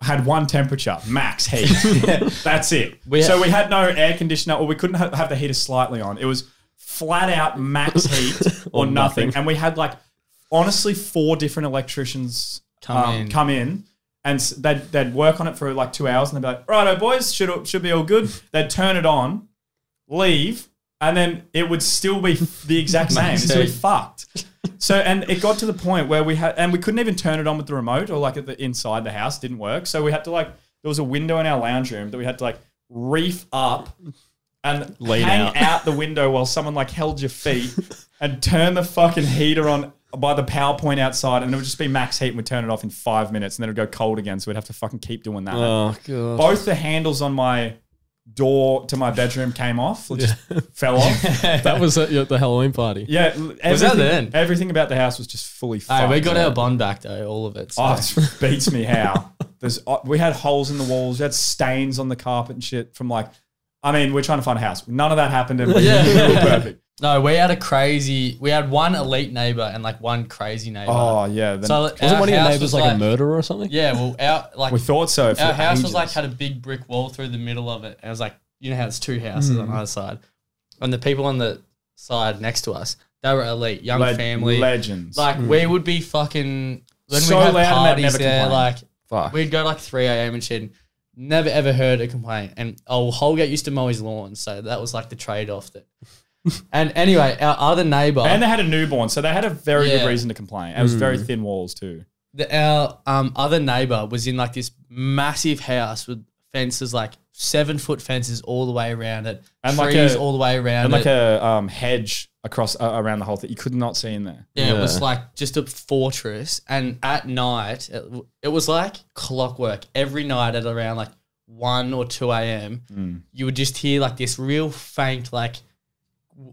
had one temperature, max heat. That's it. We- so we had no air conditioner, or we couldn't ha- have the heater slightly on. It was flat out max heat or, nothing. And we had like honestly four different electricians um, Come in. come in. And s- they'd, they'd work on it for like two hours and they'd be like, righto, boys, should, should be all good. They'd turn it on, leave, and then it would still be the exact same. So we Amazing. fucked. So and it got to the point where we had and we couldn't even turn it on with the remote or like at the inside the house didn't work. So we had to like there was a window in our lounge room that we had to like reef up and Lean hang out. out. the window while someone like held your feet and turn the fucking heater on by the PowerPoint outside, and it would just be max heat, and we'd turn it off in five minutes, and then it'd go cold again, so we'd have to fucking keep doing that. Oh god. Both the handles on my door to my bedroom came off, just fell off. That was at your- the Halloween party. Yeah, everything- then? Everything about the house was just fully. Hey, fucked we got up. our bond back though, all of it. so- Oh, it beats me how. There's uh, we had holes in the walls, we had stains on the carpet and shit from like. I mean, we're trying to find a house. None of that happened. And we Yeah. we were perfect. No, we had a crazy. We had one elite neighbor and like one crazy neighbor. Oh yeah, then so Wasn't our one of your house neighbors was like, a murderer or something? Yeah, well, our like we thought so. For our house was ages. like had a big brick wall through the middle of it, and it was like you know how it's two Hmm. houses on either side, and the people on the side next to us they were elite, young Le- family, legends. Hmm. like we would be fucking when So we had loud and they'd parties never there, complain. like Fuck. we'd go like three a.m. and shit. Never ever heard a complaint, and oh, Holgate used to mow his lawn, so that was like the trade-off. That, and anyway, our other neighbor and they had a newborn, so they had a very Yeah. Mm. good reason to complain. It was very thin walls too. the, our um, other neighbor was in like this massive house with fences, like seven foot fences all the way around it, And like trees a- all the way around And it. like a um, hedge across uh, around the whole thing, you could not see in there. yeah, it was Yeah. like just a fortress. And at night, it, it was like clockwork. Every night at around like one or two a.m., Mm. you would just hear like this real faint, like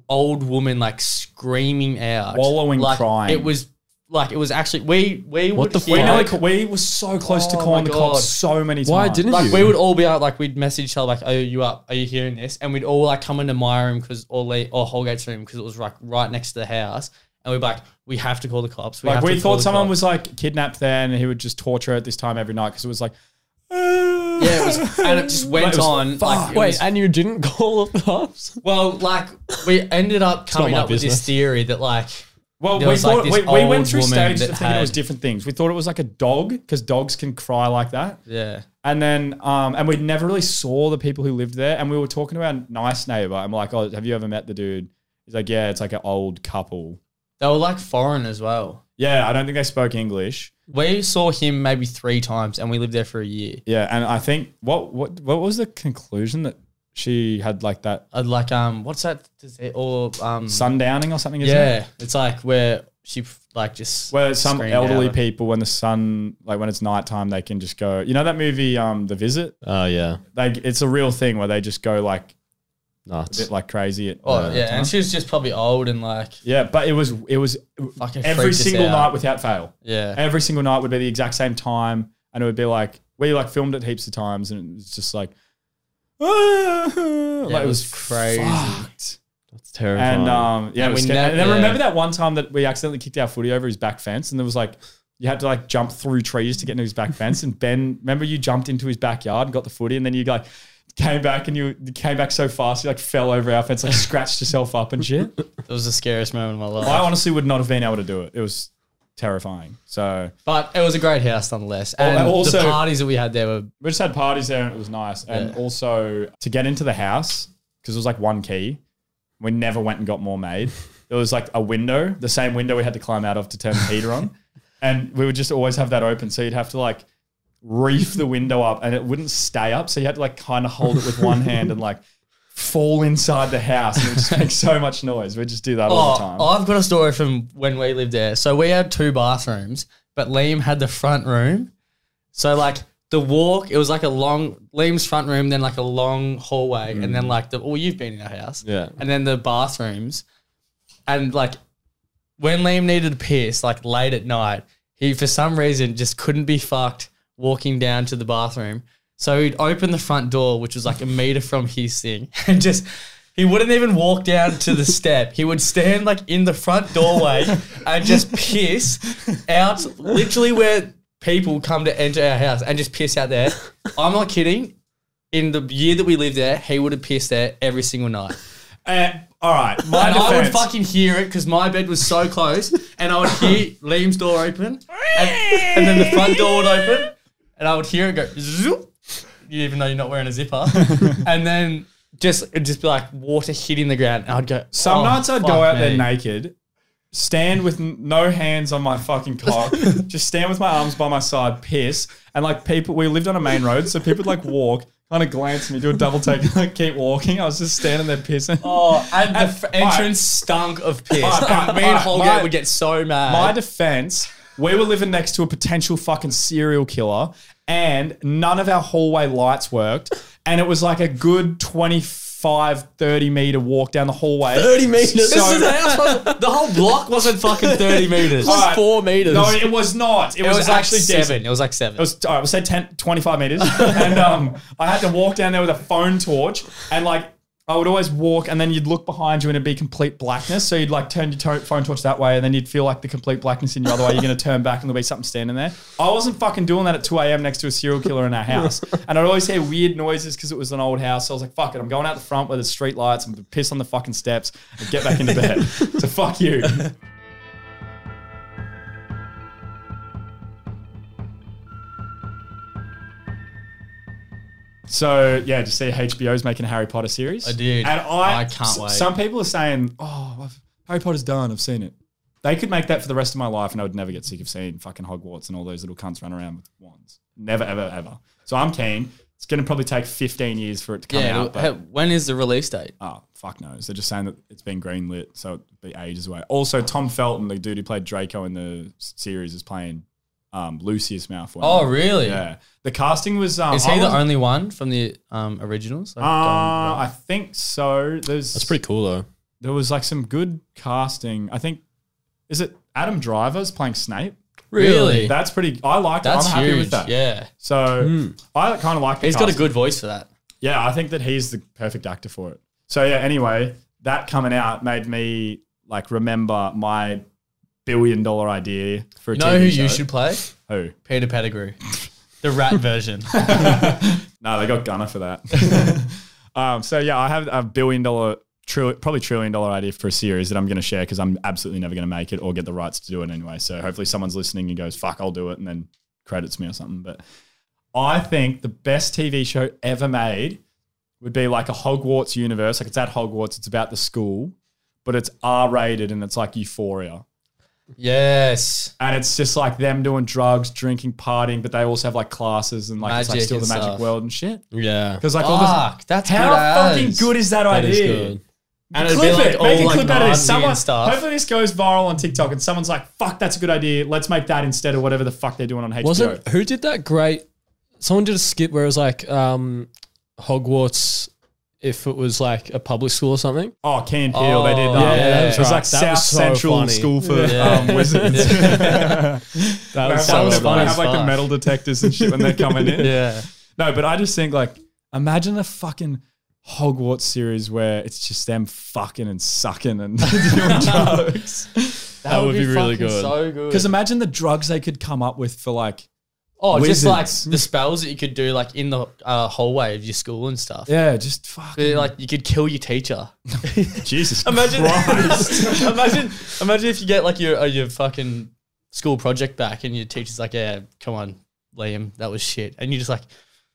old woman like screaming out, Wallowing, like, crying. It was. Like it was actually we we would What the hear, We, fuck? know we, we were so close to Oh calling my the cops God. so many times. Why didn't like you? we would all be out like we'd message each other like are you up are you hearing this and we'd all like come into my room because or Lee or Holgate's room because it was like right next to the house and we'd be like we have to call the cops Like have we to call thought the someone cops." was like kidnapped there, and he would just torture her at this time every night because it was like, yeah it was, and it just went Like, it was on like it Wait, was- and you didn't call the cops? well like we ended up coming my up with business. this theory that like well, There we was, like, thought this we, we old went through woman stages of that thinking it was had- different things. We thought it was like a dog because dogs can cry like that, yeah and then um, and we never really saw the people who lived there. And we were talking to our nice neighbor. I'm like, oh, have you ever met the dude? He's like, yeah, it's like an old couple. they were like foreign as well Yeah, I don't think they spoke English. we saw him maybe three times and we lived there for a year Yeah, and I think what what what was the conclusion that she had like that I'd like um what's that disease or um sundowning or something? Isn't it? yeah it's like where she like just Where some screamed elderly out. people, when the sun, like when it's nighttime, they can just go. You know that movie, um, The Visit. Oh yeah. They, it's a real thing where they just go like a Nuts. bit like crazy. At, Oh uh, yeah, time. and she was just probably old and like yeah. But it was it was fucking every freaked us single out. night without fail. Yeah, Every single night would be the exact same time, and it would be like we like filmed it heaps of times, and it's just like, like, it was crazy. fucked. That's terrifying. And um, yeah, And uh, it was we sca- nev- and then yeah. remember that one time that we accidentally kicked our footy over his back fence, and there was like you had to like jump through trees to get into his back fence. And Ben, remember you jumped into his backyard and got the footy, and then you like came back and you you came back so fast you like fell over our fence, like scratched yourself up and shit. it was the scariest moment of my life. I honestly would not have been able to do it. It was terrifying. So But it was a great house nonetheless, and also- the parties that we had there were we just had parties there, and it was nice. And Yeah. also to get into the house because it was like one key. We never went and got more made. There was like a window, the same window we had to climb out of to turn the heater on, and we would just always have that open. So you'd have to like reef the window up, and it wouldn't stay up. So you had to like kind of hold it with one hand and like fall inside the house, and it would just make so much noise. We just do that all the Oh, time. I've got a story from when we lived there. So we had two bathrooms, but Liam had the front room. So like the walk, it was like a long Liam's front room, then like a long hallway, and Mm. then like the oh you've been in our house, Yeah. and then the bathrooms, and like when Liam needed to piss, like late at night, he for some reason just couldn't be fucked walking down to the bathroom. So he'd open the front door, which was like a meter from his thing, and just he wouldn't even walk down to the step. He would stand like in the front doorway and just piss out literally where people come to enter our house and just piss out there. I'm not kidding. In the year that we lived there, he would have pissed there every single night. Eh, all right, my And I would defense- fucking hear it because my bed was so close, and I would hear Liam's door open, and, and then the front door would open, and I would hear it go zoop, even though you're not wearing a zipper, and then just it'd just be like water hitting the ground, and I'd go. Some "Oh, nights I'd fuck go out me." there naked, stand with n- no hands on my fucking cock, just stand with my arms by my side, piss, and like people, we lived on a main road, so people would like walk, kind of glanced at me, do a double take, and I keep walking. I was just standing there pissing. Oh, and the And f- my- entrance stunk of piss. My- And me and my- Holgate my- would get so mad. My defense, we were living next to a potential fucking serial killer, and none of our hallway lights worked. And it was like a good 25, 30 meter walk down the hallway. 30 meters. This is- that was- the whole block wasn't fucking 30 meters. It All was right. four meters. No, it was not. It, was, actually like decent. seven. It was like seven. It was, all right, we'll say 10, 25 meters. and um, I had to walk down there with a phone torch. And like, I would always walk, and then you'd look behind you and it'd be complete blackness. So you'd like turn your to- phone torch that way, and then you'd feel like the complete blackness in your other way. You're going to turn back and there'll be something standing there. I wasn't fucking doing that at 2 a.m. next to a serial killer in our house. And I'd always hear weird noises because it was an old house. So I was like, fuck it, I'm going out the front where there's street lights. I'm going to piss on the fucking steps and get back into bed. so fuck you. So yeah, to see HBO's making a Harry Potter series. I did. and I, I can't s- wait. Some people are saying, "Oh, I've, Harry Potter's done. I've seen it." They could make that for the rest of my life, and I would never get sick of seeing fucking Hogwarts and all those little cunts run around with wands. Never, ever, ever. So I'm keen. It's going to probably take 15 years for it to come yeah. out. it- But, hey, when is the release date? oh, fuck knows. They're just saying that it's been greenlit, so it'd be ages away. Also, Tom Felton, the dude who played Draco in the s- series, is playing um, Lucius Malfoy. Oh, really? Yeah. The casting was. Um, Is I he the wasn't- only one from the um, originals? Like, Uh, Don- I think so. There's That's pretty cool though. there was like some good casting. I think is it Adam Driver's playing Snape? Really? That's pretty I liked That's it. I'm happy huge. with that. Yeah. Hmm. So I kind of like the He's got a casting. good voice for that. Yeah, I think that he's the perfect actor for it. So yeah, anyway, that coming out made me like remember my billion dollar idea for a You know TV who show. you should play? Who? Peter Pettigrew. The rat version. No, they got Gunner for that. Um, so yeah, I have a billion dollar, tri- probably trillion dollar idea for a series that I'm going to share because I'm absolutely never going to make it or get the rights to do it anyway. So hopefully someone's listening and goes, "Fuck, I'll do it," and then credits me or something. But I think the best TV show ever made would be like a Hogwarts universe. Like it's at Hogwarts, it's about the school, but it's R rated and it's like Euphoria. yes. And it's just like them doing drugs, drinking, partying, but they also have like classes and like it's like Magic still the and magic stuff. world and shit. Yeah. Because like all this, Fuck, that's how good as. fucking good is that, That is idea? good. And it'd Clip be like it, all make a like clip out of this. Narnia Someone, and stuff. hopefully this goes viral on TikTok and someone's like, "Fuck, that's a good idea. Let's make that instead of whatever the fuck they're doing on HBO." Wasn't who did that great? Someone did a skit where it was like um, Hogwarts, if it was like a public school or something. oh, Key and Peele, they did. Oh, that. yeah, that was it was right. like That South was so Central funny. School for Yeah. um, Wizards. That They have, was so like, was the- funny they funny. as have like the fuck. metal detectors and shit when they're coming in. yeah. No, but I just think like, imagine a fucking Hogwarts series where it's just them fucking and sucking and doing drugs. That, would be really fucking good. So good. Because imagine the drugs they could come up with for like Oh, Wizards. just like the spells that you could do, like in the uh, hallway of your school and stuff. Yeah, just fuck. Be Like you could kill your teacher. Jesus. Imagine, Christ. imagine, imagine if you get like your uh, your fucking school project back, and your teacher's like, "Yeah, come on, Liam, that was shit," and you're just like,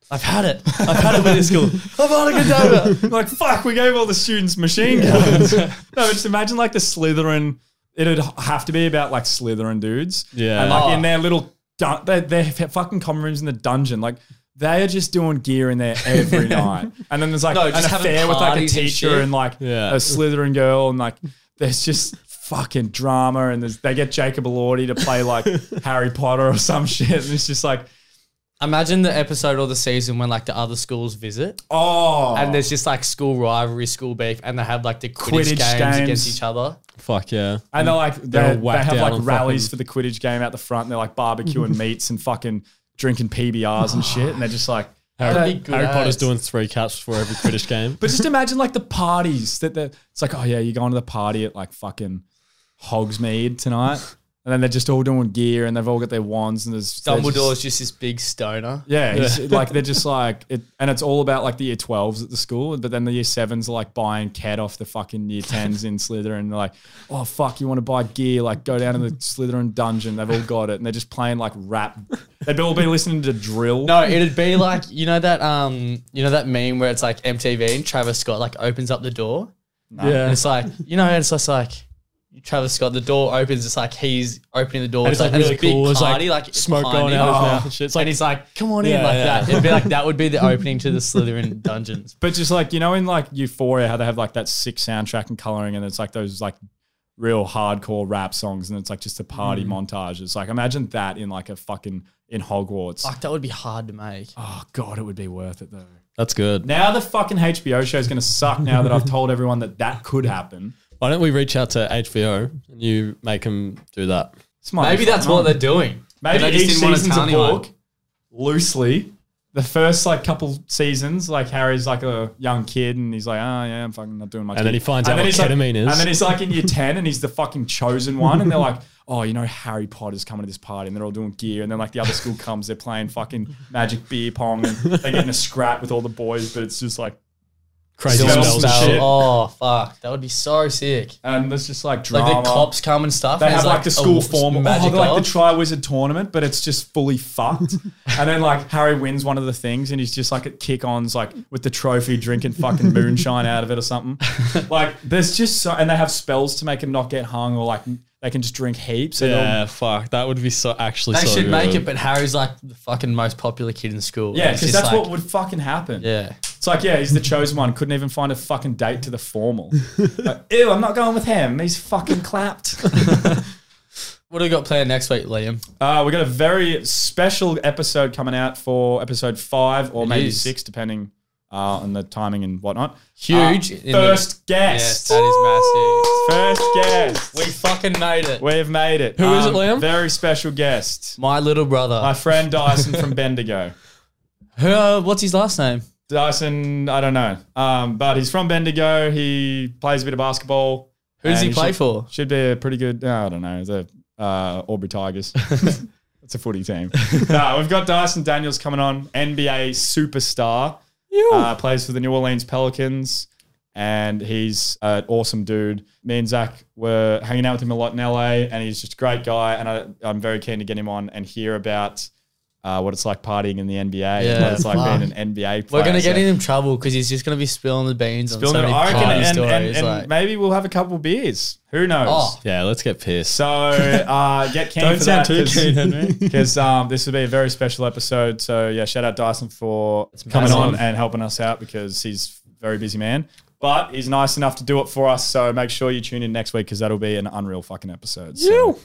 "I've had it, I've had it with this school. I've had a good day with it." like fuck, we gave all the students machine guns. no, but just imagine like the Slytherin. It'd have to be about like Slytherin dudes. Yeah. and like Oh. in their little dun- their, their fucking common rooms in the dungeon, like. They are just doing gear in there every night, and then there's like No, an just having affair with like a parties and teacher and, shit. like Yeah. a Slytherin girl, and like there's just fucking drama, and there's, they get Jacob Elordi to play like Harry Potter or some shit, and it's just like Imagine the episode or the season when like the other schools visit, oh, and there's just like school rivalry, school beef, and they have like the Quidditch, games, Quidditch games. against each other. Fuck yeah. And they're like, they're, all they whacked have out like on rallies fucking- for the Quidditch game out the front. And they're like barbecuing meats and fucking drinking PBRs and shit. And they're just like, That'd be Harry, good Harry Potter's ads. doing three caps for every British game. but just imagine like the parties that they're, it's like, oh yeah, you're going to the party at like fucking Hogsmeade tonight. And then they're just all doing gear and they've all got their wands and there's they're just- Dumbledore's just this big stoner. Yeah, he's- like they're just like, it, and it's all about like the year 12s at the school, but then the year 7s are like buying cat off the fucking year 10s in Slytherin. They're like, oh fuck, you want to buy gear? Like go down to the Slytherin dungeon. They've all got it. And they're just playing like rap. They'd all be listening to drill. No, it'd be like you know that um you know that meme where it's like MTV and Travis Scott like opens up the door Yeah. and it's like you know it's just like Travis Scott, the door opens. It's like he's opening the door. And it's like really there's a big cool. It's like party, like, it's smoke going tiny. out of his Oh. mouth and shit. It's like and he's like, "Come on Yeah, in," like yeah. that. It'd be like that would be the opening to the Slytherin dungeons. But just like you know, in like Euphoria, how they have like that sick soundtrack and coloring, and it's like those like real hardcore rap songs, and it's like just a party montage. It's like imagine that in like a fucking in Hogwarts. Like that would be hard to make. Oh god, it would be worth it though. that's good. Now the fucking HBO show is gonna suck. Now that I've told everyone that that could happen, Why don't we reach out to HBO and you make them do that? It's my Maybe that's what they're doing. Maybe They just each didn't want a season's a tiny book, one. loosely. The first like couple seasons, like Harry's like a young kid, and he's like, oh yeah, I'm fucking not doing much. And then he finds out what he's like- ketamine is. And then he's like in year ten, and he's the fucking chosen one, and they're like, oh, you know, Harry Potter's coming to this party, and they're all doing gear, and then like the other school comes, they're playing fucking magic beer pong, and they get in a scrap with all the boys, but it's just like, Crazy Smells smells and and shit. shit. Oh fuck, that would be so sick. and there's just like Like drama. the cops come and stuff. They and have it's like, the school a form magic, magic oh, like orb. the Tri Wizard tournament, but it's just fully fucked. and then like Harry wins one of the things, and he's just like at kick ons, like with the trophy, drinking fucking moonshine out of it or something. like there's just so, and they have spells to make him not get hung, or like they can just drink heaps. And all- Yeah, fuck. That would be so actually. they so should good. make it, but Harry's like the fucking most popular kid in school. yeah, It's because just that's like- what would fucking happen. Yeah. It's like, yeah, he's the chosen one. Couldn't even find a fucking date to the formal. like, Ew, I'm not going with him. He's fucking clapped. What do we got planned next week, Liam? Uh, we got a very special episode coming out for episode five or It maybe is. six, depending uh, on the timing and whatnot. Huge. Uh, in the- first Yes, guest. that is First guest. massive. We fucking made it. We, have made it. Um, Who is it, Liam? Very special guest. My little brother. My friend Dyson from Bendigo. Who, uh, what's his last name? Dyson, I don't know. Um, but he's from Bendigo. He plays a bit of basketball. Who does And he play should- for? Should be a pretty good. I don't know. The uh, Aubrey Tigers. it's a footy team. no, we've got Dyson Daniels coming on, NBA superstar. Uh, plays for the New Orleans Pelicans, and he's an awesome dude. Me and Zach were hanging out with him a lot in LA, and he's just a great guy. And I, I'm very keen to get him on and hear about. Uh, what it's like partying in the NBA, and what Yeah, it's like fuck. being an NBA player. We're gonna get So- him in trouble because he's just gonna be spilling the beans Bill on so Nye- many I reckon, party and, stories. and, and like, maybe we'll have a couple beers. Who knows? oh, Yeah, let's get pissed. So uh, get keen Don't for sound that too keen, Henry. because um, this would be a very special episode. So yeah, shout out Dyson for coming massive. on and helping us out because he's a very busy man. But he's nice enough to do it for us. So make sure you tune in next week because that'll be an unreal fucking episode. So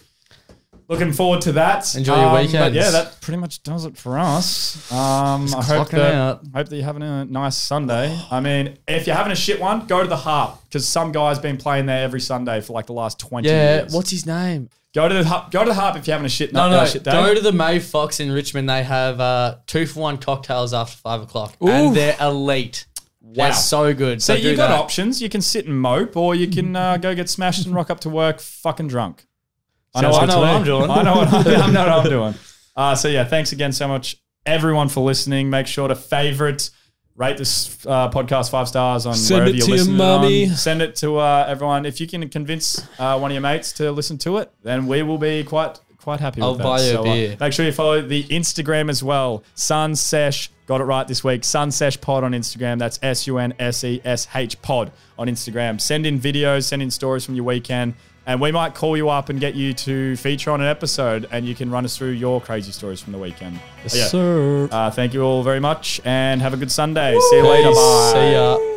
looking forward to that. Um, Enjoy your but weekends. yeah, that pretty much does it for us. Um, I hope clocking that out. hope that you're having a nice Sunday. I mean, if you're having a shit one, go to the harp because some guy's been playing there every Sunday for like the last twenty yeah. years. What's his name? Go to the hub, go to the hub if you're having a shit No, night. no. uh, shit day. Go to the May Fox in Richmond. They have uh, two for one cocktails after five o'clock, and they're elite. Wow, Wow. they're so good. so So, do you got that. options. You can sit and mope, or you can uh, go get smashed and rock up to work fucking drunk. I know, Sounds I good know to what me. I'm doing. I know what I'm, I know what I'm doing. Uh, so yeah, thanks again so much, everyone, for listening. Make sure to favorite, rate this uh, podcast five stars on Send wherever it you're to your listening. mummy. On. Send it to uh, everyone. If you can convince uh, one of your mates to listen to it, then we will be quite quite happy. I'll with that. buy you a uh, beer. make sure you follow the Instagram as well. Sun Sesh got it right this week. Sun Sesh Pod on Instagram. That's S U N S E S H Pod on Instagram. Send in videos, send in stories from your weekend, and we might call you up and get you to feature on an episode, and you can run us through your crazy stories from the weekend. Sir. Uh, thank you all very much, and have a good Sunday. See you later. Peace. Bye. See ya.